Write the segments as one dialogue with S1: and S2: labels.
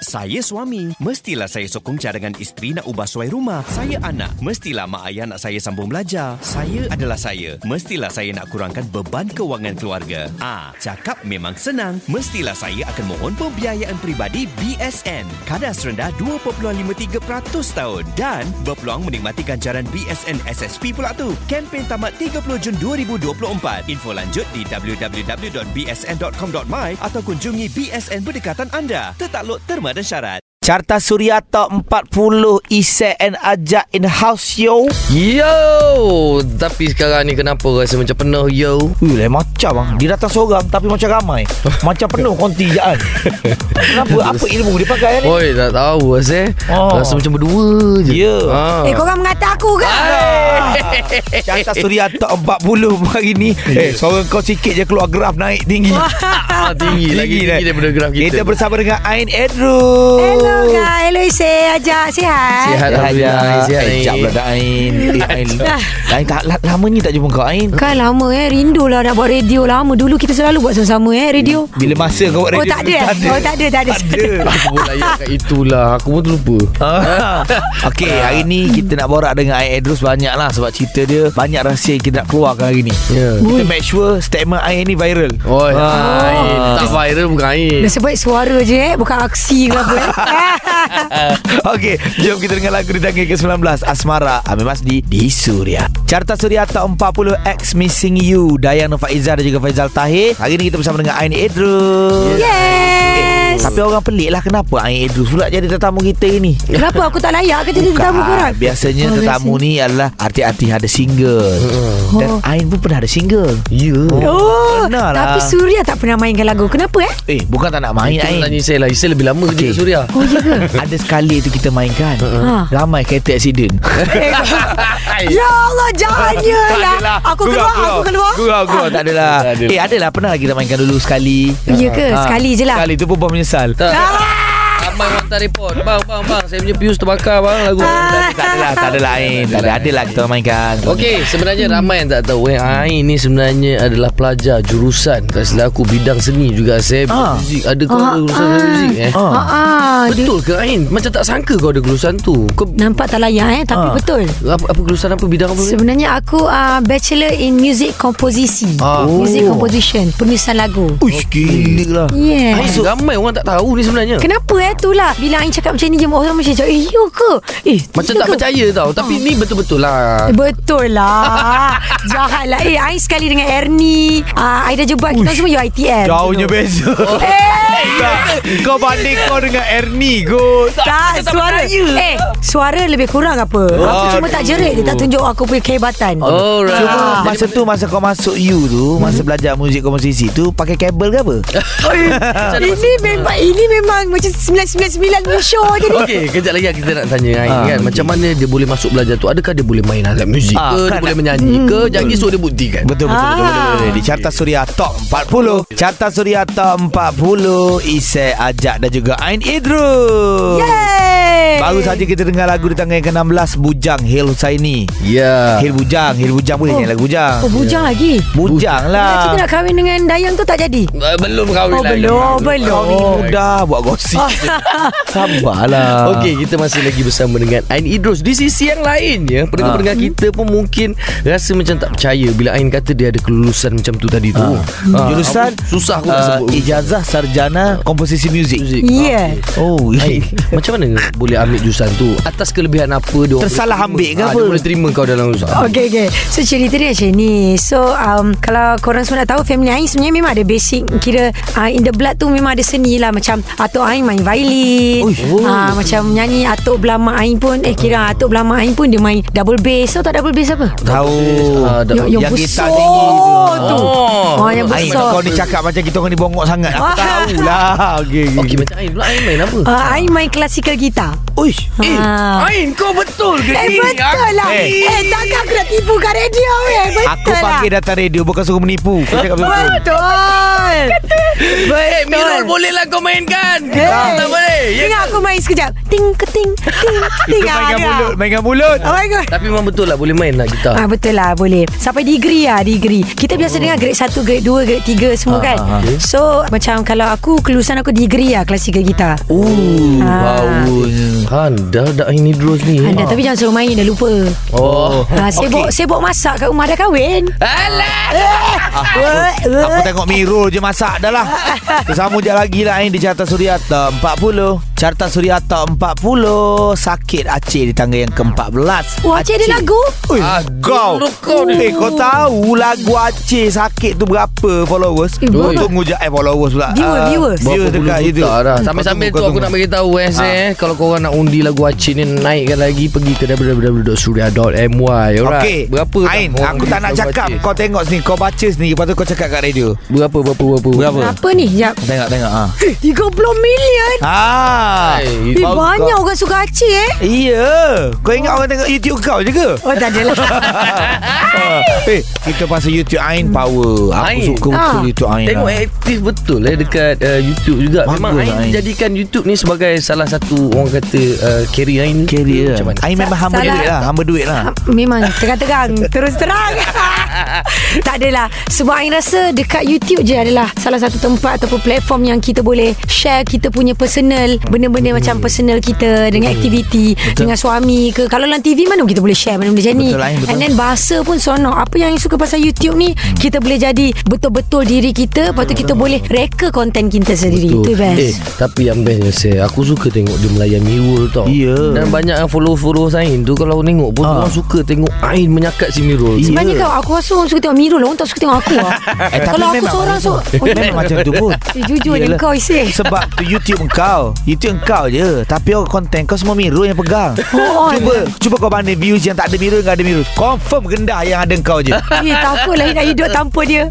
S1: Saya suami, mestilah saya sokong cadangan isteri nak ubah suai rumah. Saya anak, mestilah mak ayah nak saya sambung belajar. Saya adalah saya, mestilah saya nak kurangkan beban kewangan keluarga. Ah, cakap memang senang. Mestilah saya akan mohon pembiayaan peribadi BSN. Kadar rendah 2.53% tahun dan berpeluang menikmati ganjaran BSN SSP pula tu. Kempen tamat 30 Jun 2024. Info lanjut di www.bsn.com.my atau kunjungi BSN berdekatan anda. Tertakluk terma dan syarat.
S2: Carta Suria Top 40 Isek and Ajak in house yo.
S3: Yo Tapi sekarang ni kenapa rasa macam penuh yo
S2: Ui, lain macam bang. Dia datang seorang tapi macam ramai. Macam penuh konti jaan. Kenapa? Apa ilmu dia pakai ni?
S3: Oi tak tahu rasa eh
S2: Oh.
S3: oh. Rasa macam berdua je
S2: Ya.
S3: ha.
S4: Eh korang mengata aku ke?
S2: Carta Suria Top 40 hari ni. Eh, seorang kau sikit je keluar graf naik tinggi.
S3: ah, Tinggi lagi
S2: dah.
S3: tinggi daripada graf kita
S2: Kita bersama dengan Ain Edru.
S4: Hello guys Hello Isay Ajak sihat?
S3: Sihat Alhamdulillah
S2: Alhamdulillah
S3: Sihat
S2: Ya, Eh,
S3: ni
S2: jap lah dah Ain Eh, Ain Ain tak la- Lama ni tak jumpa kau Ain
S4: Kan lama eh Rindulah nak buat radio Lama dulu kita selalu buat sama-sama eh radio
S2: Bila masa kau buat
S4: Oh
S2: radio
S4: tak ada eh? Oh tak ada Tak ada,
S2: Ya.
S3: Aku pun layak kat itulah Aku pun terlupa
S2: Ah. Okey, hari ni kita nak borak dengan Ain Edrus banyak lah sebab cerita dia banyak rahsia yang kita nak keluarkan hari ni.
S3: Ya. Oh.
S2: Kita make sure statement Ain ni viral.
S3: Oi,
S2: Ah.
S3: Ain. Tak viral bukan Ain
S4: Dia sebut suara je eh Bukan aksi ke apa eh
S2: Okey, jom kita dengar lagu di tangan ke-19 Asmara Amir Masdi di Suria. Carta Suria Top 40 X Missing You Dayang Nur Faizal dan juga Faizal Tahir. Hari ni kita bersama dengan Ain Edrus.
S4: Yes
S2: Tapi orang pelik lah kenapa Ain Edrus pula jadi tetamu kita ini.
S4: Kenapa aku tak layak ke jadi tetamu korang?
S2: Biasanya
S4: Oh,
S2: tetamu ni adalah artis-artis ada single. Dan
S4: Oh.
S2: Ain pun pernah ada single.
S3: Ya
S4: Oh,
S2: Pernah lah.
S4: tapi Surya tak pernah mainkan lagu. Kenapa eh?
S2: Eh bukan tak nak main
S3: Itu
S2: Ain
S3: tanya saya lah Isai lebih lama okay.
S2: Okey.
S3: kerja kat Suria
S4: Oh, ya ke?
S2: Ada sekali tu kita mainkan
S4: Ha.
S2: Ramai kereta accident
S3: Eh.
S4: ya Allah, jahatnya lah. Aku keluar, aku keluar.
S2: Gurau gurau Tak adalah
S3: Tak ada.
S2: Eh adalah pernah lah kita mainkan dulu sekali Ha.
S4: Ya ke? Sekali je lah.
S2: Sekali tu pun puan menyesal
S3: Tak
S4: Ah!
S3: Abang hantar report Bang bang bang Saya punya pius terbakar bang Lagu
S2: Tak adalah Tak adalah Ain Tak ada Adalah kita mainkan
S3: Okey, sebenarnya ramai yang tak tahu eh Ain ni sebenarnya adalah pelajar jurusan tak silap aku bidang seni juga saya
S2: Ah.
S3: ah. muzik. Ada kau ada urusan dengan muzik eh?
S2: Ah.
S4: Ah, ah, dia
S3: Betul ke Ain? Macam tak sangka kau ada kelulusan tu. Kau
S4: nampak tak layak eh, tapi
S2: Ah.
S4: betul.
S3: apa, apa kelulusan apa bidang apa?
S4: Sebenarnya aku uh, bachelor in music composition.
S2: Ah.
S4: Music
S2: Oh.
S4: composition, penulisan lagu.
S2: Uish gila lah
S4: Yeah.
S3: Ain ramai orang tak tahu ni sebenarnya.
S4: Kenapa eh tu lah Bila Ain cakap macam ni je Orang macam cakap Eh you ke Eh
S3: Macam
S4: gila
S3: tak
S4: ke?
S3: percaya tau. Tapi ni betul-betul lah.
S4: Eh, Betul lah Jahat lah Eh Ain sekali dengan Ernie uh, Aida Jebat Kita semua UITM
S2: Jauhnya beza
S4: Eh
S2: Tak. Kau banding kau dengan Ernie kot
S4: tak, suara Eh suara lebih kurang apa Aku cuma tak jerit Dia tak tunjuk aku punya kehebatan
S3: Alright.
S2: Cuma Ah, masa tu Masa kau masuk you tu
S4: Hmm.
S2: Masa belajar muzik komposisi tu Pakai kabel ke apa?
S4: Ini memang Ini memang macam 999 punya show je ni
S3: Okey, kejap lagi kita nak tanya Ain
S2: Ah,
S3: kan. Macam mana dia boleh masuk belajar tu? Adakah dia boleh main alat muzik
S2: Ah,
S3: ke?
S2: kan
S3: Dia boleh
S2: nak-
S3: menyanyi ke? Jangan esok dia buktikan.
S2: Betul betul, betul, betul, betul, betul. Di Carta Suria Top 40 Carta Suria Top 40 Isai Ajak dan juga Ain Idrus
S4: Yeay
S2: Baru saja kita dengar lagu di tangan yang ke-16 Bujang Hil Husaini
S3: Ya.
S2: Hil Bujang Hil Bujang boleh
S4: Oh.
S2: nyanyi lagu Bujang
S4: Oh bujang lagi
S2: Bujang
S4: Bila Kita
S2: lah
S4: nak kahwin dengan Dayang tu tak jadi
S3: Eh, Belum kahwin
S4: Oh
S3: lagi.
S4: belum
S2: Kau ni
S3: Oh.
S4: Belum
S2: muda buat gosip Sabarlah
S3: Okey, kita masih lagi bersama dengan Ain Idrus. Di sisi yang lainnya, pendengar-pendengar
S2: Ah.
S3: kita pun mungkin rasa macam tak percaya bila Ain kata dia ada kelulusan macam tu tadi tu. Ah,
S2: Hmm. Jurusan
S3: aku- susah aku nak
S2: uh,
S3: sebut. Ah,
S2: Ijazah Sarjana Komposisi Muzik
S3: Muzik.
S4: Yeah.
S2: Oh
S3: Ain, macam mana boleh ambil jurusan tu? Atas kelebihan apa dia orang
S2: Tersalah
S3: boleh terima?
S2: ambil ke
S3: Ah,
S2: apa?
S3: Dia boleh terima kau dalam jurusan.
S4: Okay, okay. So cerita dia macam ni So um, Kalau korang semua nak tahu Family Ain sebenarnya memang ada basic Kira uh, In the blood tu memang ada seni lah Macam Atuk Ain main violin
S2: Ui.
S4: oh. uh, Macam nyanyi Atuk Belama Ain pun Eh kira Atuk Belama Ain pun Dia main double bass So tak double bass apa?
S2: Tahu
S3: Ah, dah-
S4: Yang, yang,
S2: yang
S4: besar
S2: gitar tinggi
S4: tu
S3: Oh.
S4: oh. yang
S2: Ain
S4: besar
S2: kau ni cakap macam kita orang ni bongok sangat Aku
S4: Ah.
S2: tahulah okay,
S3: Okey, macam Ain pula Ain main apa?
S4: uh, Ain main classical gitar
S2: Uish
S3: Eh,
S4: Ah.
S3: Ain kau betul ke
S4: Eh
S3: ni?
S4: betul lah
S2: Eh.
S4: Eh, takkan aku dah tipu kat radio eh Betul
S2: Aku
S4: lah
S2: panggil datang radio Bukan suruh menipu Kau cakap betul
S4: Betul
S3: Eh, Mirul bolehlah kau mainkan. Kenapa Tak boleh. Ya
S4: Dengar aku main sekejap Ting keting ting ting ting.
S2: Itu
S4: Ah,
S2: mainkan
S4: dia.
S2: mulut Mainkan mulut
S4: Oh my god.
S3: Tapi memang betul lah Boleh main lah gitar
S4: Ah betul lah boleh. Sampai degree lah degree. Kita biasa dengar grade 1, grade 2, grade 3 semua kan. So macam kalau aku kelulusan aku degree lah classical gitar.
S2: Oh. Ooh,
S4: Ah.
S2: baunya.
S3: Han Kan, dah dah ini Idros ni
S4: Anda tapi jangan suruh main Kan, dah lupa.
S3: Oh
S4: Ha, sibuk okay. sibuk masak kat rumah dah kahwin. Eh, Alah.
S2: Aku tengok Miro je masak dah lah Bersama je lagi lah Ain di Carta Suriata 40 Carta Suriata 40 Sakit Aceh di tangga yang ke-14
S4: Wah, Aceh ada lagu?
S2: Ui, kau Eh kau tahu lagu Aceh sakit tu berapa followers
S4: Eh, berapa?
S2: Tunggu je eh followers pula
S4: Viewer,
S2: Ah,
S4: viewers.
S2: Viewers dekat
S3: Berapa puluh
S2: YouTube
S3: juta dah Sampai-sampai
S2: Kau
S3: tu aku
S2: tunggu,
S3: nak
S2: kau tunggu.
S3: beritahu eh, ha. eh Kalau korang nak undi lagu Aceh ni Naikkan lagi Pergi ke www.surya.my Alright
S2: Okey
S3: Berapa tak
S2: Ain
S3: orang
S2: aku
S3: undi
S2: tak nak
S3: lagu
S2: cakap
S3: Aceh?
S2: Kau tengok sini Kau baca sini Lepas tu kau cakap kat radio
S3: Berapa berapa berapa
S2: Berapa?
S4: Apa ni? Jap.
S2: Tengok tengok ah.
S4: 30 million.
S2: Ah.
S3: Eh,
S4: Eh,
S3: bagus
S4: banyak orang suka Aceh eh.
S2: Iya Kau ingat orang tengok YouTube kau je ke?
S4: Oh tak adalah
S2: Eh, kita pasal YouTube Ain power. Aku
S3: Ah. Ain.
S2: suka betul
S4: Ah,
S2: YouTube Ain.
S3: Tengok
S2: lah.
S3: aktif betul eh dekat uh, YouTube juga.
S2: Bagus
S3: Memang
S2: lah,
S3: Ain
S2: Ain.
S3: jadikan YouTube ni sebagai salah satu orang kata uh, carrier Ain.
S2: Carrier.
S3: Macam mana?
S2: Ain memang hamba
S4: Salah.
S2: duit lah, hamba duit lah.
S4: Ah, Memang terang-terang Terus terang Tak adalah Sebab Ain rasa Dekat YouTube je adalah Salah satu tempat Ataupun platform yang kita boleh Share kita punya personal
S2: Hmm.
S4: Benda-benda macam personal kita Dengan aktiviti Dengan suami ke Kalau dalam TV Mana kita boleh share Benda-benda macam ni
S2: Betul, Ain, betul. Hmm.
S4: And then bahasa pun sonok Apa yang Ain suka pasal YouTube ni Kita boleh jadi Betul-betul diri kita Lepas tu kita boleh Reka konten kita sendiri Itu best
S3: Eh, tapi yang bestnya saya aku suka tengok dia melayan Mirul tau.
S2: Ya.
S3: Dan banyak yang follow-follow Ain tu kalau tengok pun
S2: Ah.
S3: orang suka tengok Ain menyakat si Mirul.
S2: Ya.
S4: Sebenarnya kau Aku rasa orang suka tengok Mirul Orang tak suka tengok aku lah
S2: Eh, tapi
S4: Kalau aku
S2: memang
S4: seorang Oh,
S2: macam
S4: so,
S2: tu. Memang macam tu pun
S4: Eh, jujurnya
S2: Yelah.
S4: kau, Isih.
S2: Sebab tu YouTube engkau YouTube engkau je Tapi orang konten kau semua mirror yang pegang
S4: Oh, on.
S2: Cuba Cuba kau pandai views yang tak ada mirror Yang ada mirror Confirm gendah yang ada engkau je
S4: Eh takutlah nak hidup tanpa dia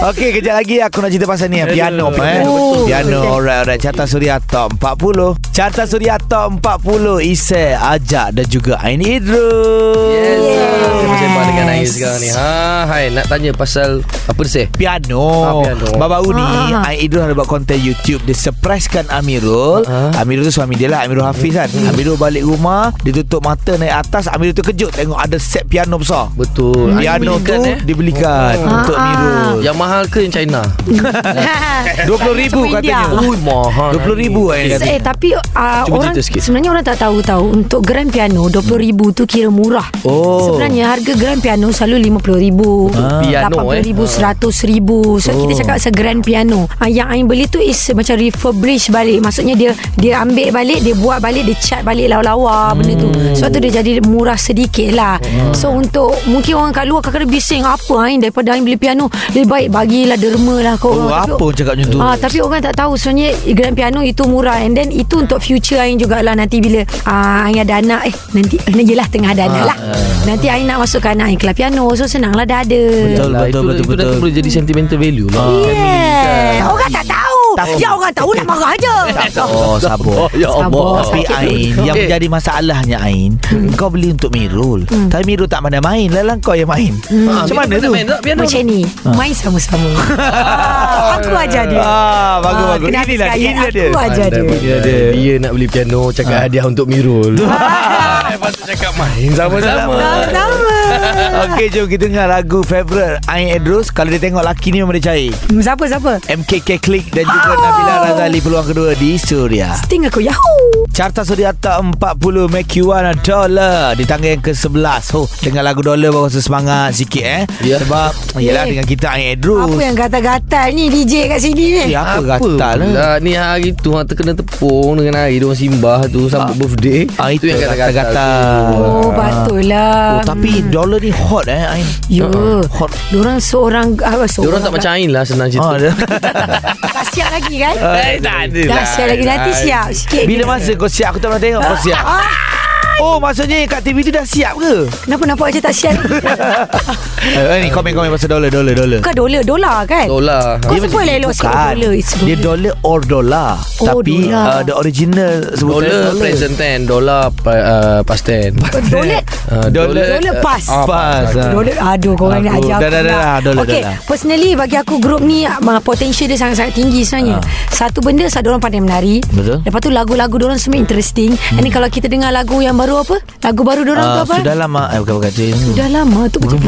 S2: Okey, kejap lagi aku nak cerita pasal ni yang piano eh.
S4: Oh.
S2: Piano, alright, alright. Carta Suria Top 40. Carta Suria Top 40 Ise Ajak dan juga Ain Idrus.
S3: Yes. Kita bersembang dengan Ain sekarang ni. Ha, hai nak tanya pasal apa sih?
S2: Piano,
S3: Ah, piano.
S2: Baru-baru ni
S4: Ah.
S2: Ain Idrus ada buat konten YouTube Dia surprisekan Amirul
S3: Ah. Hmm.
S2: Amirul tu suami dia lah Amirul Hafiz kan Amirul balik rumah Dia tutup mata naik atas Amirul tu kejut Tengok ada set piano besar
S3: Betul. Ain
S2: Piano
S3: belikan,
S2: tu
S3: eh.
S2: dibelikan Untuk
S4: Ah.
S2: Amirul
S3: Yang mahal ke yang China?
S2: RM20,000
S4: Sama India.
S2: katanya
S4: Ah.
S3: Ui mahal.
S2: RM20,000 Ain kata
S4: Eh tapi uh,
S3: Cuba
S4: orang
S3: cerita sikit.
S4: sebenarnya orang tak tahu tahu untuk grand piano 20000 tu kira murah.
S2: Oh.
S4: Sebenarnya harga grand piano selalu 50000,
S3: Ah. Piano, eh.
S4: 80000,
S3: Ah.
S4: 100000.
S2: Oh.
S4: So kita cakap pasal grand piano. Uh, yang Ain beli tu is macam refurbish balik. Maksudnya dia dia ambil balik, dia buat balik, dia cat balik lawa-lawa benda tu.
S2: Hmm.
S4: Sebab tu dia jadi murah sedikit lah.
S2: Ah.
S4: So untuk mungkin orang kat luar kadang-kadang bising apa Ain daripada Ain beli piano, lebih baik bagilah derma lah kau
S2: Oh, apa orang cakap macam tu?
S4: Ah, tapi orang tak tahu sebenarnya grand piano itu murah and then itu untuk future Ain jugalah nanti bila ah, Ain ada anak eh nanti eh, yelah tengah
S2: Ah,
S4: ada anak lah nanti Ain nak masukkan anak Ain kelas piano so senanglah dah ada
S2: Betul, Ah,
S3: Yalah,
S2: betul,
S3: itu,
S2: betul,
S3: itu
S2: betul.
S3: dah boleh jadi sentimental value lah.
S4: yeah. orang tak tahu
S2: Tapi-
S4: ya orang tahu nak marah je
S2: Oh, sabar.
S3: ya
S4: Sabar. Eh. Hmm.
S3: Allah. Eh.
S2: Tapi Ain Yang
S3: Okey.
S2: menjadi masalahnya Ain Kau beli untuk Mirul Tapi Mirul tak pandai main Lelang kau yang main
S4: Hmm.
S3: Ah,
S2: Macam mana
S3: Mirul
S2: tu
S3: pandai main tak? Piano
S4: macam ni main sama-sama ah, aku ajar dia
S2: Ah, bagus
S4: Ah,
S2: bagus.
S4: kena
S2: Inilah
S4: habis
S2: dia,
S4: sekali.
S2: inilah dia.
S4: Aku ajar
S3: Pandai
S4: dia
S3: pandai.
S2: Ada.
S3: Dia nak beli piano Cakap hadiah untuk Mirul Lepas tu Ah. Eh, cakap main sama-sama
S4: sama-sama
S2: Okey, jom kita dengar lagu favorite Ain Edrus. Kalau dia tengok laki ni memang dia cari.
S4: Hmm, siapa-siapa
S2: MKK Click dan juga
S4: Ah.
S2: Nabila Razali peluang kedua di Suria.
S4: sting aku yahoo
S2: Carta Suri Atta 40 make you wanna dollar di tangga yang ke-11. Oh, dengar lagu dollar baru rasa semangat sikit eh.
S3: Ya.
S2: Sebab yalah
S4: Eh.
S2: dengan kita Ain Edrus.
S4: apa yang gatal-gatal ni DJ kat sini ni
S2: Eh, apa, apa gatal lah.
S3: pula? Ni hari tu hang terkena tepung dengan air Diorang simbah tu Sambut birthday
S2: Ah, itu yang gatal-gatal.
S4: Oh, betul
S2: Oh,
S4: lah.
S2: Uh-uh. tapi dollar ni hot eh Ain.
S4: Ya.
S2: Hot.
S4: Diorang seorang ah, seorang
S3: Diorang tak macam Ain lah Senang cerita
S2: Ah, dia-
S4: Tak siap lagi kan?
S3: Eh, tak ada
S4: Dah siap lagi nanti siap sikit.
S2: Bila masa kau siap Aku tak pernah tengok kau siap
S4: Ah,
S2: Oh maksudnya kat TV tu dah siap ke?
S4: Kenapa nampak macam tak siap
S2: Eh, ni komen-komen pasal dolar dolar dolar.
S4: Bukan dolar Dolar kan
S3: Dolar
S4: Kau sebut lah elok sikit dolar It's
S2: Dia dollar or dollar
S4: Oh,
S2: Tapi
S4: dollar.
S2: uh, the original sebutan
S3: Dollar present ten Dollar pa- uh, past ten
S4: Dolar
S3: uh,
S4: Dolar pas.
S3: Ah,
S2: Pas, ah.
S4: Dolar Aduh korang
S2: Aduh,
S4: nak ajar aku
S2: dah, dah, dah,
S4: pula.
S2: dah, dolar,
S4: Okay
S2: dolar.
S4: Personally bagi aku Grup ni ah, Potential dia sangat-sangat tinggi sebenarnya Satu benda Satu orang pandai menari
S2: Ah. Betul.
S4: Lepas tu lagu-lagu Diorang semua interesting And ni kalau kita dengar lagu Yang baru apa Lagu baru diorang tu
S2: Uh,
S4: apa
S2: sudah lama eh, bukan bukan tu.
S4: Sudah lama tu macam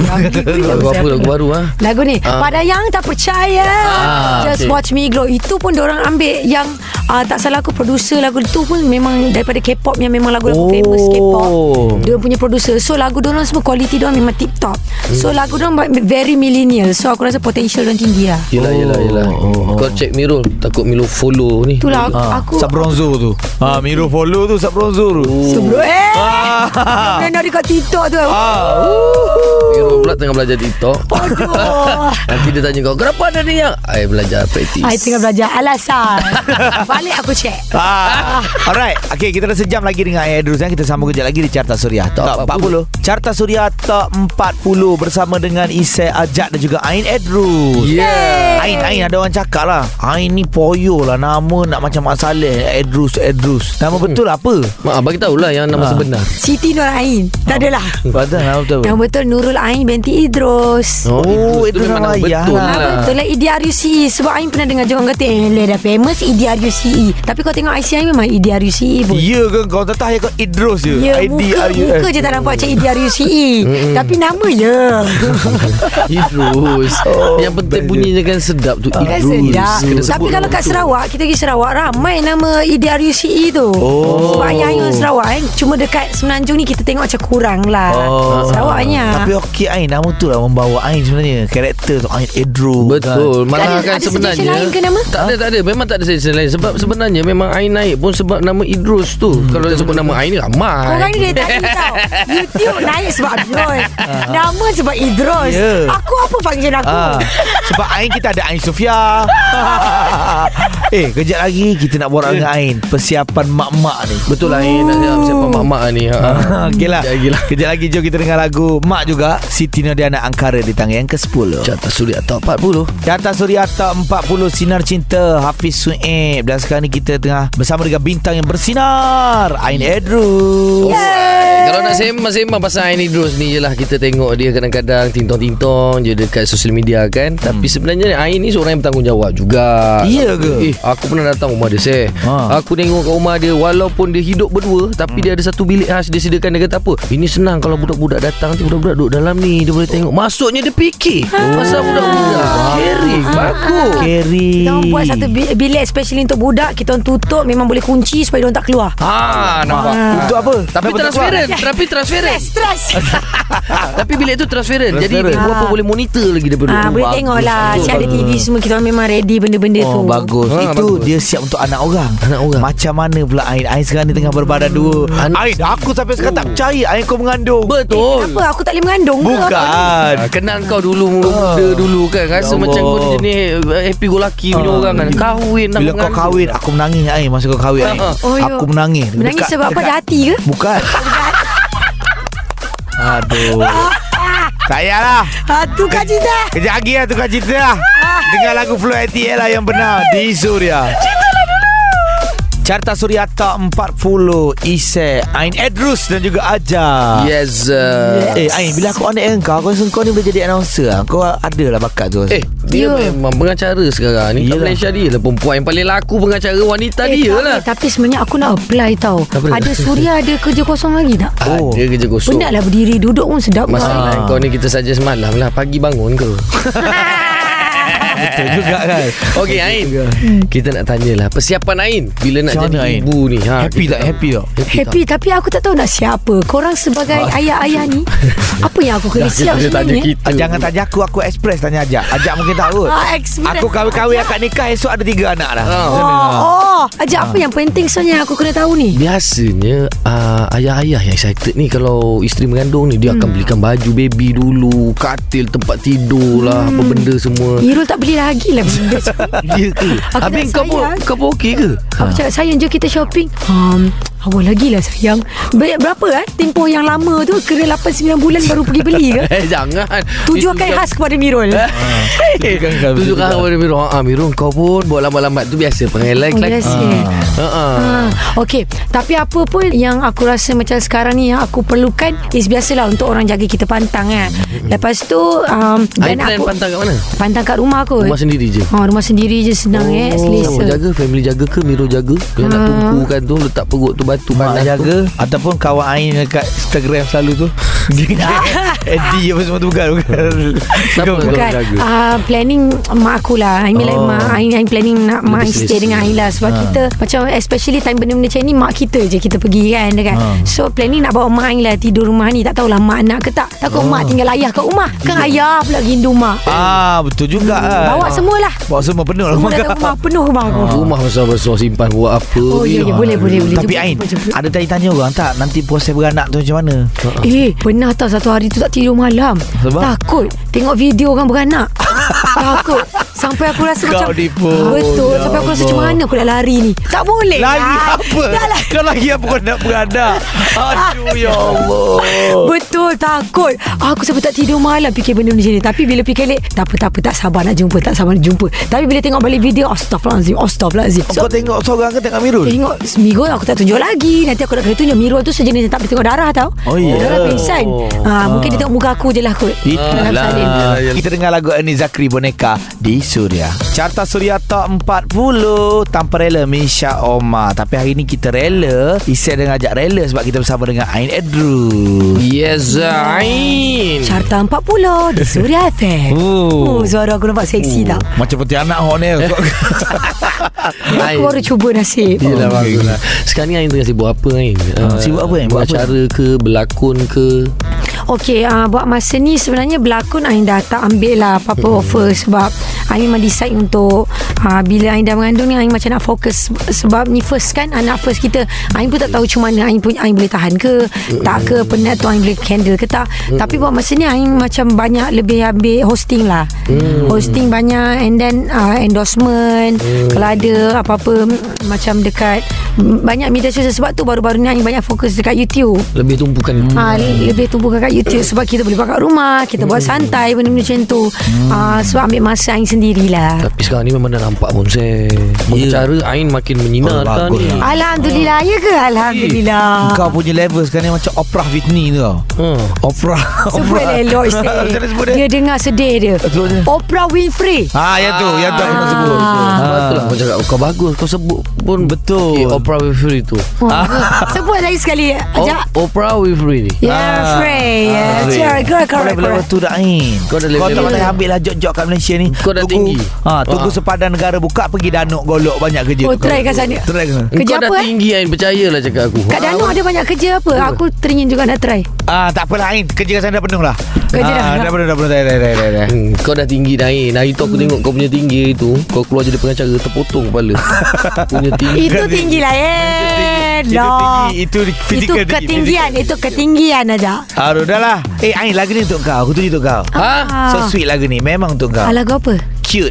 S3: Lagu apa lagu baru ah?
S4: Lagu ni Pada yang tak percaya
S3: Ah,
S4: Just
S3: okey.
S4: watch me glow Itu pun orang ambil Yang ah, Tak salah aku Producer lagu tu pun Memang daripada K-pop Yang
S3: Oh.
S4: memang lagu-lagu famous K-pop dia punya producer So lagu diorang semua Kualiti diorang memang tip top
S3: Hmm.
S4: So lagu diorang Very millennial So aku rasa potential diorang tinggi lah
S3: Yelah yelah yelah
S2: Oh, oh,
S3: Kau check Mirul Takut Mirul follow ni
S4: Itulah aku,
S2: Ah,
S4: aku
S2: Sabronzo tu. Ah, Miro follow tu Sabronzo tu.
S4: Sebelum Eh
S2: Ah.
S4: Kena ah. dekat TikTok tu
S2: Ah. wuhu.
S3: Mirul pula tengah belajar TikTok
S4: Aduh
S3: Nanti dia tanya kau Kenapa ada ni yang I belajar praktis
S4: I tengah belajar alasan Balik aku check
S2: Ah. Alright Okay kita dah sejam lagi dengan Ayah Idrus eh. Kita sambung kejap lagi di Carta Suria Top 40, 40. Carta Suria Top 40 Bersama dengan Isai Ajat dan juga Ain Idrus
S3: Yeah
S2: Ain, Ain ada orang cakap lah Ain ni poyo lah Nama nak macam Mak Saleh Edrus, Edrus Nama
S4: Hmm.
S2: betul apa?
S3: Mak bagi tahulah yang nama
S2: Ah.
S3: sebenar
S4: Siti Nur Ain Tak adalah
S2: Betul
S3: lah,
S2: nama betul apa?
S4: Yang betul Nurul Ain binti Idros
S2: Oh,
S3: tu
S2: Idrus
S3: memang
S2: nama
S3: nama
S2: ayah
S3: betul
S2: lah.
S3: lah
S4: Betul lah EDRUCE Sebab Ain pernah dengar Jangan kata Eh lah dah famous EDRUCE E." Tapi kau tengok IC Ain memang E EDRUCE pun
S2: Ya ke kau tetah ya kau Idrus je
S4: Ya muka,
S3: E.
S2: IDRUS.
S4: muka je tak nampak E Macam EDRUCE Tapi nama ya. je
S3: Idrus
S2: Oh,
S3: Yang penting
S2: best
S3: bunyinya kan sedap tu
S4: Kan
S3: Idrus
S4: sedap
S3: Kena
S4: Tapi
S3: sebut
S4: kalau
S3: nama
S4: kat
S3: tu.
S4: Sarawak Kita pergi Sarawak Ramai nama E EDRUCE tu
S2: Oh.
S4: Sebab ayah orang Sarawak kan Cuma dekat Semenanjung ni Kita tengok macam kurang lah
S3: Oh.
S4: Sarawak banyak
S2: Ah, Tapi okey Ain Nama tu lah membawa Ain sebenarnya Karakter tu Ain Edro
S3: Betul
S4: Ada-
S3: Malah kan
S4: ada
S3: sebenarnya
S4: suggestion lain ke nama?
S3: Tak ada tak ada Memang tak ada suggestion lain Sebab sebenarnya Memang Ain naik pun Sebab nama Idrus tu Kalau dia sebut nama Ain ni ramai
S4: Korang ni dari tadi tau YouTube naik sebab Abdul Nama sebab Idros
S2: Ya.
S4: Aku apa function aku
S2: Ah, sebab Ain kita ada Ain Sofia. eh, kejap lagi kita nak borak dengan Ain. Persiapan mak-mak ni.
S3: Betul lah Ain Nak cakap
S4: Oh.
S3: siapa mak-mak ni ha.
S2: Okey lah.
S3: Kejap lagi lah.
S2: Kejap lagi jom kita dengar lagu Mak juga Siti Nodiana Angkara di tangan yang ke-10.
S3: Carta Suria Top 40
S2: Carta Suria Top 40 Sinar Cinta Hafiz Sueb Dan sekarang ni kita tengah Bersama dengan bintang yang bersinar Ain Edrus
S3: Alright. Kalau nak sembang-sembang pasal Ain Idrus ni je lah Kita tengok dia kadang-kadang Tintong-tintong je dekat sosial media kan Tapi sebenarnya Ain ni seorang yang bertanggungjawab juga
S2: Iya ke?
S3: Eh aku pernah datang rumah dia seh
S2: Ha.
S3: ha. Aku tengok kat rumah dia Walaupun dia hidup berdua Tapi dia ada satu bilik khas Dia sediakan dia kata apa Ini senang kalau budak-budak datang Nanti budak-budak duduk dalam ni Dia boleh tengok Maksudnya dia fikir Pasal budak-budak Caring Bagus
S2: Kerry
S4: Kita orang buat satu bi- bilik Especially untuk budak Kita orang tutup Memang boleh kunci Supaya dia orang tak keluar
S3: Ha nampak
S2: Untuk apa? Kenapa
S3: Tapi
S2: tak
S3: transparent Tapi transparent
S4: Stress Stress
S3: Ah, Tapi bilik tu transparent, Jadi
S2: Ah. Transparent. Ah,
S3: ibu apa boleh monitor lagi daripada
S4: ha,
S3: rumah
S4: Boleh tengok lah
S3: Betul.
S4: Siap ada TV semua Kita orang memang ready Benda-benda tu
S2: Oh bagus
S3: Ha,
S2: Itu
S3: bagus.
S2: dia siap untuk anak orang
S3: Anak orang.
S2: Macam mana pula Ain Ain sekarang ni tengah berbadan dua
S3: Anak-
S2: Ain aku sampai sekarang tak percaya Ain kau mengandung
S3: Betul
S4: Apa aku tak boleh mengandung ke?
S2: Bukan
S3: Ah, Kenal kau dulu Muda dulu kan
S2: Ya
S3: Rasa macam
S2: Allah.
S3: kau ni jenis eh, Happy go lucky punya
S2: Ah.
S3: orang kan Kahwin nak
S2: Bila kau
S3: mengandung.
S2: kahwin Aku menangis Ain Masa kau kahwin Ain
S3: Ha, ha.
S4: Oh, ya.
S2: Aku menangis
S4: Menangis sebab apa Ada hati ke?
S2: Bukan Aduh Tak payahlah
S4: Ha, tu kan cinta
S2: Kejap lagi lah tukar cerita lah Dengar lagu Flow ATL lah yang benar Di Suria Carta Suria Top 40 Ise Ain Edrus dan juga Ajar
S3: Yes uh,
S2: Eh Ain Bila aku on air dengan kau Aku rasa kau ni boleh jadi announcer lah. Kau ada lah bakat tu
S3: Eh dia
S4: Ya.
S3: memang pengacara sekarang ni Kat
S2: Yelah. Eh,
S3: Malaysia dia lah Perempuan yang paling laku Pengacara wanita dia
S4: Eh, tak
S3: lah
S4: boleh. Tapi sebenarnya aku nak apply tau
S3: Apa dia?
S4: Ada Suria ada kerja kosong lagi tak?
S2: Oh.
S3: Ada Ah, kerja kosong
S4: Penat lah berdiri Duduk pun sedap
S2: Ah.
S3: Masalah kau ni kita saja semalam lah Pagi bangun kau
S2: Betul juga kan
S3: Okey Ain Kita nak tanyalah Persiapan Ain Bila nak
S2: Macam
S3: jadi
S2: mana, Ain?
S3: ibu ni ha,
S2: Happy tak
S3: kita nak-
S2: happy lah. tak
S4: Happy tapi aku tak tahu nak siapa Korang sebagai ayah-ayah ni Apa yang aku kena siap
S3: Dia tanya
S4: sebenarnya eh?
S3: kita
S2: Ah, Jangan tanya aku Aku express tanya Ajak Ajak mungkin tak kot
S4: Ah, experience.
S2: Aku kahwin-kahwin akad nikah Esok ada tiga anak lah. dah
S3: Ah.
S4: Oh, oh Ajak apa yang penting sebenarnya yang aku kena tahu ni
S3: Biasanya uh, Ayah-ayah yang excited ni Kalau isteri mengandung ni Dia akan
S4: Hmm.
S3: belikan baju baby dulu Katil tempat tidur lah
S4: Hmm.
S3: Apa benda semua
S4: Irul tak beli lagi lah benda semua.
S3: Ya ke
S4: Aku
S3: Habis
S4: tak
S3: kau pun
S4: sayang.
S3: Kau pun okey ke
S4: Aku cakap sayang je kita shopping. Um, awal lagi lah sayang. Ber- Berapa eh tempoh yang lama tu? Kira 8 9 bulan baru pergi beli ke?
S3: Eh jangan
S4: Tujukan
S3: Itu-
S4: khas kepada Mirul.
S2: Tunjukkan kan, betul
S3: Eh, Tunjukkan
S2: juga.
S3: kepada Mirul Ah, ah, Mirul kau pun Buat lambat-lambat tu biasa Pengelak
S4: Oh, biasa.
S3: Ha ah.
S4: Ha, okay Tapi apa pun Yang aku rasa macam sekarang ni Yang aku perlukan Is biasalah Untuk orang jaga kita pantang kan Lepas tu um,
S3: Hari
S4: Dan
S3: Mm-hmm. plan
S4: aku
S3: Ah, pantang kat mana?
S4: Pantang kat rumah aku
S3: Rumah sendiri je
S4: ha, Rumah sendiri je senang oh. eh
S3: Siapa
S4: Selesa Ah.
S3: jaga Family jaga ke Mirul jaga Yang nak tungkukan tu Letak perut tu batu
S2: Mak
S3: pandang tu.
S2: jaga Ataupun kawan Ain Dekat Instagram selalu tu Dia
S4: Ah.
S2: Eddie apa semua tu Bukan Bukan
S3: Siapa tu?
S4: Bukan
S3: jaga.
S4: uh, Planning mak aku lah I mean like
S2: Oh.
S4: mak I, I planning nak Mak I
S3: Lebih
S4: stay
S3: selesa. Ah.
S4: dengan I lah Sebab kita Macam especially time benda-benda macam ni Mak kita je kita pergi kan dekat.
S3: Ah.
S4: So planning nak bawa mak I lah Tidur rumah ni Tak tahulah mak nak ke tak
S3: Ah.
S4: Takut mak tinggal ayah kat rumah Kan ayah pula gindu mak
S2: Ah betul juga kan.
S4: Hmm. Bawa semualah
S2: Bawa semua penuh lah
S4: Semua
S2: rumah
S4: datang
S2: kau.
S4: rumah Penuh rumah
S2: Ah.
S4: aku
S3: Rumah besar-besar Simpan buat apa
S4: Ah. Oh ya ya boleh boleh boleh
S2: Tapi
S4: Jemput,
S2: Ain
S4: jemput, jemput.
S2: Ada tanya-tanya orang tak Nanti proses beranak tu macam mana
S4: Eh pernah tau satu hari tu tak tidur malam
S2: Sebab?
S4: Takut Tengok video orang beranak Takut Sampai aku rasa
S2: Kau
S4: macam
S2: tipu.
S4: Betul
S2: Ya
S4: Sampai aku rasa
S2: Allah.
S4: macam mana aku nak lari ni Tak boleh
S2: Lagi
S4: lah.
S2: apa
S4: Dah lah
S2: Kau lagi apa kau nak beranak Aduh ya Allah
S4: Betul takut Aku sampai tak tidur malam Fikir benda macam ni Tapi bila fikir balik Tak apa tak apa Tak sabar nak jumpa Tak sabar nak jumpa Tapi bila tengok balik video Astaghfirullahaladzim Astaghfirullahalazim
S2: Kau tengok seorang ke tengok Mirul
S4: Tengok Mirul aku tak tunjuk lagi Nanti aku nak kena tunjuk Mirul tu sejenis yang tak boleh tengok darah tau
S2: Oh, ya.
S4: Darah pingsan ha, Mungkin dia tengok muka aku je lah kot Dalam salin.
S3: Ah,
S2: Itulah Kita dengar lagu Ernie Zakri Boneka Di Suria Carta Suria Top 40 Tanpa rela Misha Omar Tapi hari ni kita rela Isel dengan ajak rela Sebab kita bersama dengan Ain Edru
S3: Yes Ain
S4: Carta 40 Di Suria FM
S2: Oh.
S4: oh. Suara aku nampak seksi tak
S2: Macam peti anak hok ni
S4: Aku baru cuba nasib
S3: Yelah
S2: Oh,
S3: bagus
S2: okey.
S3: lah Sekarang ni Ain tengah sibuk apa Ain?
S2: Ah, sibuk apa, Ain? Buat
S3: Buat
S2: apa?
S3: acara ke Berlakon ke
S4: Okey, uh, buat masa ni sebenarnya berlakon Ain dah tak ambil lah apa-apa hmm. offer sebab Ain memang decide untuk uh, bila Ain dah mengandung ni Ain macam nak fokus sebab ni first kan anak first kita. Ain pun tak tahu macam mana Ain pun Ain boleh tahan ke tak ke penat tu Ain boleh handle ke tak. Tapi buat masa ni Ain macam banyak lebih ambil hosting lah. Hosting banyak and then uh, endorsement kalau ada apa-apa mm, macam dekat mm, banyak media sosial sebab tu baru-baru ni Ain banyak fokus dekat YouTube.
S3: Lebih tumpukan
S2: Hmm.
S4: Ha, le- lebih tumpukan kat YouTube sebab kita boleh buat kat rumah, kita buat santai benda-benda macam tu.
S2: Hmm.
S4: Ha, sebab ambil masa aing sendirilah.
S3: Tapi sekarang ni memang dah nampak pun saya. Yeah. Cara Ain makin
S2: Ya. Oh,
S3: menyinar oh,
S2: bagus
S3: ni.
S2: lah.
S4: Alhamdulillah ya ke? Alhamdulillah.
S2: Kau punya level sekarang ni Macam Oprah Whitney tu tau
S3: Hmm.
S2: Oprah
S4: Sebut elok
S2: Oh, Macam mana sebut dia?
S4: Dia dengar sedih dia.
S2: Sebut dia.
S4: Oprah Winfrey.
S2: Ah, yang tu, yang tu aku nak
S4: Ah.
S2: sebut.
S3: Sebab tu lah kau cakap Kau bagus Kau sebut pun
S2: Betul.
S3: eh, Oprah Winfrey tu
S2: Ah.
S4: Wah, Sebut lagi
S2: Oh.
S4: sekali.
S3: o-
S4: Ajak.
S3: Oprah Winfrey ni
S2: Ah.
S4: Yeah, Frey. Yeah, Ya, sure. Correct,
S2: Kau
S4: correct,
S2: level level
S4: correct.
S2: tu dah Ain
S3: Kau dah level
S2: Kau tak
S3: level
S2: payah
S3: tu.
S2: ambil lah jok-jok kat Malaysia ni
S3: Kau dah
S2: Tunggu-
S3: tinggi.
S2: ha, Tunggu
S3: Ah.
S2: sepadan negara buka Pergi danuk golok banyak kerja
S4: Oh, try kat sana.
S2: Try kat sana
S4: Kerja
S3: Kau dah
S4: apa, eh?
S3: tinggi Ain Percayalah cakap aku Ah,
S4: Kat Danu ada banyak kerja apa? Aku teringin juga nak try.
S2: Ah, tak apalah Ain Kerja kat sana dah penuh lah
S4: Kerja dah
S2: ah,
S4: penuh.
S2: Dah penuh dah penuh Dah dah dah dah, dah.
S3: Hmm, kau dah tinggi dah Ain Hari tu aku tengok kau punya tinggi hari tu Kau keluar jadi pengacara Terpotong kepala Punya tinggi
S4: Itu tinggi lah eh.
S2: Itu
S4: Dah.
S2: tinggi Itu
S4: Itu
S2: physical tinggi,
S4: ketinggian, itu ketinggian aja.
S2: physical. Aduh dah lah Eh Ain lagu ni untuk kau Aku tunjuk untuk kau
S3: Ha?
S4: Ah.
S2: So sweet lagu ni Memang untuk kau
S4: Alah Ah. kau apa?
S2: Cute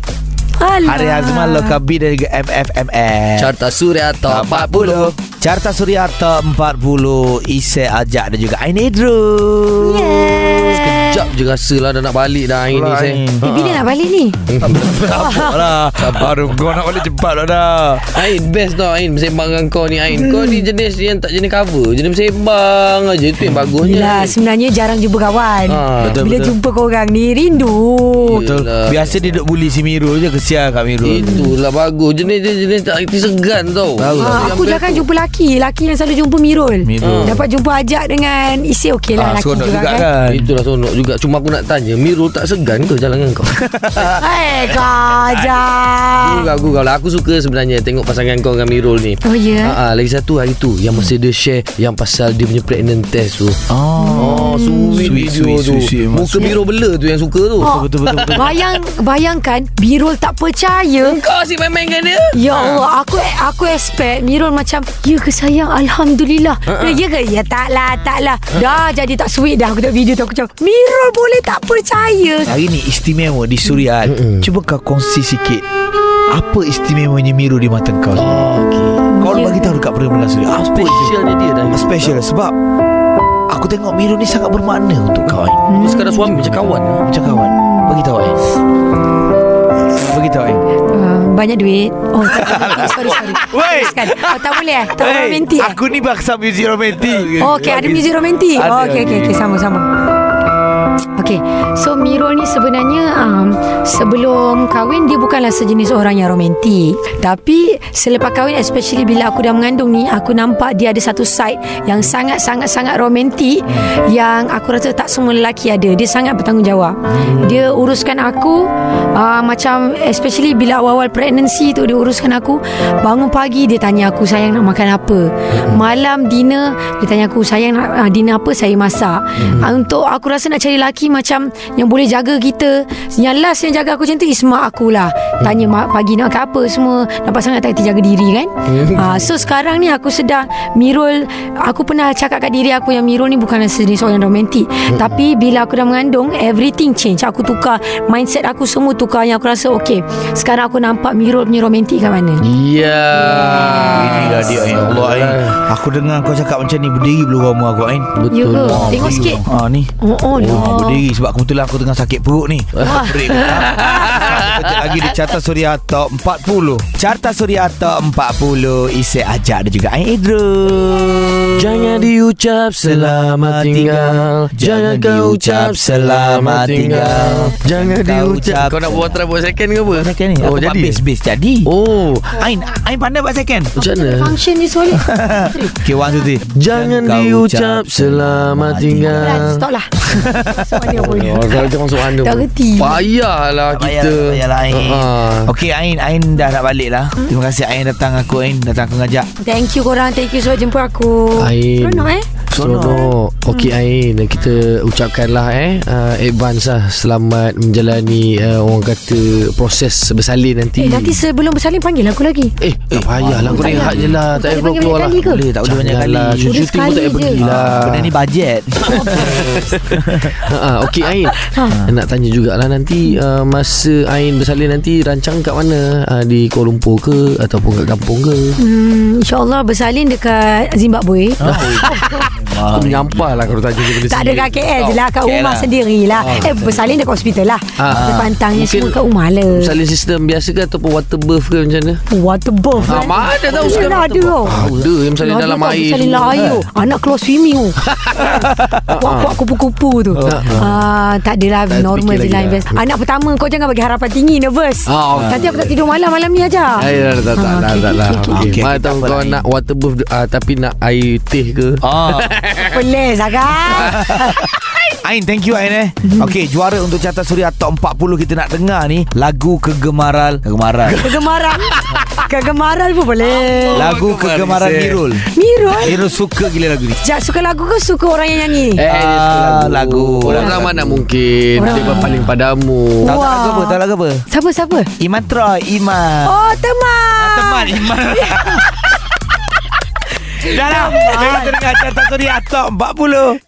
S4: Alah.
S2: Hari Hazman Lokabi dan juga MFMF
S3: Carta Suria Top 40
S2: Carta Suria Top 40 Isai Ajak dan juga Ain Edro
S4: Yeah.
S3: Sekejap je rasa lah Dah nak balik dah Ain ni
S2: Alah,
S3: saya
S2: Ain.
S4: Eh, bila nak balik ni? Ya.
S2: Apalah lah? Aduh kau nak balik cepat lah dah
S3: Ain best tau Ain Sembang dengan kau ni Ain Kau ni jenis yang tak jenis cover Jenis sembang aja Itu yang bagusnya
S4: Yelah,
S3: Ain.
S4: sebenarnya jarang jumpa kawan.
S3: Ha,
S2: Ah, betul,
S4: bila
S2: betul.
S4: jumpa korang ni, rindu.
S2: Betul
S3: Yelah.
S2: Biasa dia duduk bully si Mirul je Kesian kat Mirul
S3: Itulah bagus Jenis dia jenis tak hati segan tau
S2: Tahu lah.
S4: Ha, aku jarang jumpa laki. Laki yang selalu jumpa Mirul.
S2: Mirul.
S4: Dapat jumpa ajak dengan isi okey
S2: Ah,
S4: lah laki
S2: seronok
S4: juga,
S2: juga
S4: kan.
S2: kan
S3: Itulah sonok juga Cuma aku nak tanya Mirul tak segan ke jalan dengan kau?
S4: Hei, kau ajak.
S3: Aku kau lah Aku suka sebenarnya Tengok pasangan kau dengan Mirul ni
S4: Oh, ya?
S2: Eh? Ah,
S3: Ha, ha, lagi satu hari tu Yang masa dia share Yang pasal dia punya pregnant test tu
S2: Oh,
S3: Oh, sweet,
S2: Sweet,
S3: video
S2: sweet,
S3: tu
S2: sweet, sweet, Ah. mas.
S3: Muka Mirul bela tu yang suka tu
S4: Oh,
S2: betul, betul, Eh? betul.
S4: Bayang, bayangkan Birul tak percaya
S3: Kau asyik main-main dengan dia
S4: Ya Allah Aku aku expect Mirul macam Ya ke sayang Alhamdulillah uh-uh. Ya ke Ya taklah Taklah Dah jadi tak sweet dah Aku tengok video tu Aku macam Mirul boleh tak percaya
S2: Hari ni istimewa di Suria Cuba kau kongsi sikit Apa istimewanya Mirul di mata kau
S3: Okey
S4: Ya.
S2: Baru bagi tahu dekat pendengar suri Apa je
S3: Special dia dia dah
S2: Ah, Special sebab Aku tengok Miru ni sangat bermakna untuk kau Ain
S3: Dia Sekarang suami macam kawan
S2: Macam kawan Bagi tahu
S3: eh?
S2: Ain Bagi tahu eh. Ain
S4: Uh, banyak duit. Oh, tak boleh. sorry, sorry.
S2: Wey.
S4: Teruskan. Oh, tak boleh eh? Tak
S2: Hey,
S4: hey, romantik eh?
S2: Aku ni bangsa muzik romantik
S4: Oh, okay, ada muzik romantik.
S2: Ada,
S4: Oh, okay, okay,
S2: ada.
S4: okay, sama, sama. Okay, so Miro ni sebenarnya um, sebelum kahwin dia bukanlah sejenis orang yang romantik. Tapi selepas kahwin especially bila aku dah mengandung ni, aku nampak dia ada satu side yang sangat-sangat-sangat romantik yang aku rasa tak semua lelaki ada. Dia sangat bertanggungjawab. Dia uruskan aku uh, macam especially bila awal-awal pregnancy tu dia uruskan aku. Bangun pagi dia tanya aku sayang nak makan apa. Malam dinner dia tanya aku sayang nak uh, dinner apa saya masak. Hmm. Uh, untuk aku rasa nak cari lelaki macam yang boleh jaga kita. Yang last yang jaga aku macam tu is mak akulah.
S3: Hmm.
S4: Tanya mak pagi nak makan apa semua. Nampak sangat tak kita jaga diri kan?
S3: Hmm.
S4: uh, so sekarang ni aku sedang Mirul aku pernah cakap kat diri aku yang Mirul ni bukanlah sejenis orang romantik.
S3: Hmm.
S4: Tapi bila aku dah mengandung everything change. Aku tukar mindset aku semua tukar yang aku rasa okay. Sekarang aku nampak Mirul punya romantik kat mana.
S3: Ya
S2: Inilah dia Ain Allah eh. Ain Aku dengar kau cakap macam ni Berdiri bulu rama aku Ain
S4: Ya
S3: Betul
S4: ke?
S3: lah.
S4: Tengok sikit.
S2: Ha ni
S4: Oh, oh,
S2: Oh,
S4: oh
S2: berdiri sebab kebetulan aku tengah sakit perut ni. Break. Sekejap lagi di Carta Suria Top 40. Carta Suria Top 40 isi ajak dan juga Ain Idro.
S3: Jangan diucap selamat tinggal Jangan kau ucap selamat tinggal Jangan
S2: Kau
S3: diucap
S2: ucap
S3: Kau nak buat try buat second ke apa?
S2: Second ni.
S3: Oh
S2: aku buat
S3: jadi
S2: base base jadi.
S3: Oh
S2: Ain Ain pandai buat second.
S3: Macam mana?
S4: Function ni solid
S2: Okay, one, two, three.
S3: Jangan
S2: kau
S3: diucap selamat tinggal
S4: Stop lah Stop dia pun
S3: Oh, Kalau kita masuk anda
S4: Tak
S3: pun.
S4: kerti.
S3: Payahlah
S2: Tak payah,
S3: kita
S2: tak payah lah, Ain.
S3: Ha.
S2: Okey Ain, Ain dah nak balik lah.
S3: Hmm?
S2: Terima kasih Ain datang aku Ain, datang aku ngajak.
S4: Thank you korang Thank you sebab jemput aku
S3: Ain
S4: Seronok eh
S3: Seronok
S2: eh.
S4: Hmm.
S3: Okey Ain dan Kita ucapkanlah eh uh, Advance lah Selamat menjalani uh, Orang kata Proses bersalin nanti
S4: Eh nanti sebelum bersalin Panggil aku lagi
S3: Eh, tak payahlah Kau
S4: tak
S3: rehat
S4: payah.
S3: je lah
S4: Tak
S3: Tak payah
S4: payah panggil
S3: keluar lah
S4: banyak kali ke?
S2: Boleh, tak boleh banyak kali.
S3: Janganlah,
S2: Boleh
S3: Cuti pun
S4: sekali
S3: tak payah
S4: je.
S3: pergi lah
S2: Benda ni bajet.
S3: Ha, ha, Okey Ain
S4: Ha.
S3: Nak tanya jugalah nanti uh, Masa Ain bersalin nanti Rancang kat mana uh, Di Kuala Lumpur ke Ataupun kat kampung ke
S4: hmm, InsyaAllah bersalin dekat Zimbabwe
S3: Ah, Aku
S2: Ah,
S3: menyampah lah Kalau tanya dia benda
S4: Tak ada kat KL je lah
S3: Oh,
S4: Kat
S2: KL
S4: rumah
S2: lah.
S4: sendiri lah Eh bersalin dekat hospital lah
S3: Ah,
S4: Kita
S3: ah.
S4: pantangnya
S3: Mungkin-
S4: semua kat rumah lah
S3: Salin sistem biasa ke Ataupun water birth ke macam mana
S4: Water birth
S3: Ah,
S4: eh.
S3: mana ada tahu
S4: Mana
S3: sekarang
S4: ada tau.
S3: Ada yang misalnya
S4: Lagi
S3: dalam
S4: tau,
S3: air Eh.
S4: Misalnya
S3: semua.
S4: dalam air tu. Anak keluar swimming tu Kuak-kuak kupu-kupu tu
S3: Oh.
S4: Ah, Tak adalah
S3: Tak
S4: Normal
S3: fikir
S4: je lah
S3: lagi
S4: invest. Anak pertama kau jangan bagi harapan tinggi Nervous
S3: Ah, okey.
S4: Nanti aku tak tidur malam Malam ni aja
S3: Eh, dah, dah,
S4: Ah,
S3: dah, dah, dah, dah.
S2: okey.
S3: Mana
S2: Tak
S3: tahu
S2: apa lah,
S3: kau
S2: Ain.
S3: nak water birth ah, Tapi nak air teh ke
S2: Oh.
S3: Ah.
S4: Pelik sangat
S2: Ain thank you Ain eh Okay juara untuk carta suria top 40 Kita nak dengar ni Lagu kegemaran Kegemaran
S4: Kegemaran Kegemaran pun boleh
S2: Lagu kegemaran Mirul
S4: Mirul
S2: Mirul suka gila lagu ni
S4: Sekejap suka lagu ke Suka orang yang nyanyi
S3: Eh, dia suka
S2: Ah, lagu.
S3: Orang
S2: Lagu.
S3: ramai nak mungkin
S4: Orang
S3: Dia
S4: ramai.
S3: berpaling padamu
S2: Tahu tak
S4: Wah.
S2: lagu apa Tahu lagu apa
S4: Siapa siapa
S2: Iman Troy Iman
S4: Oh teman
S3: Ah,
S2: Teman Iman Dah lah Kita dengar carta suria top 40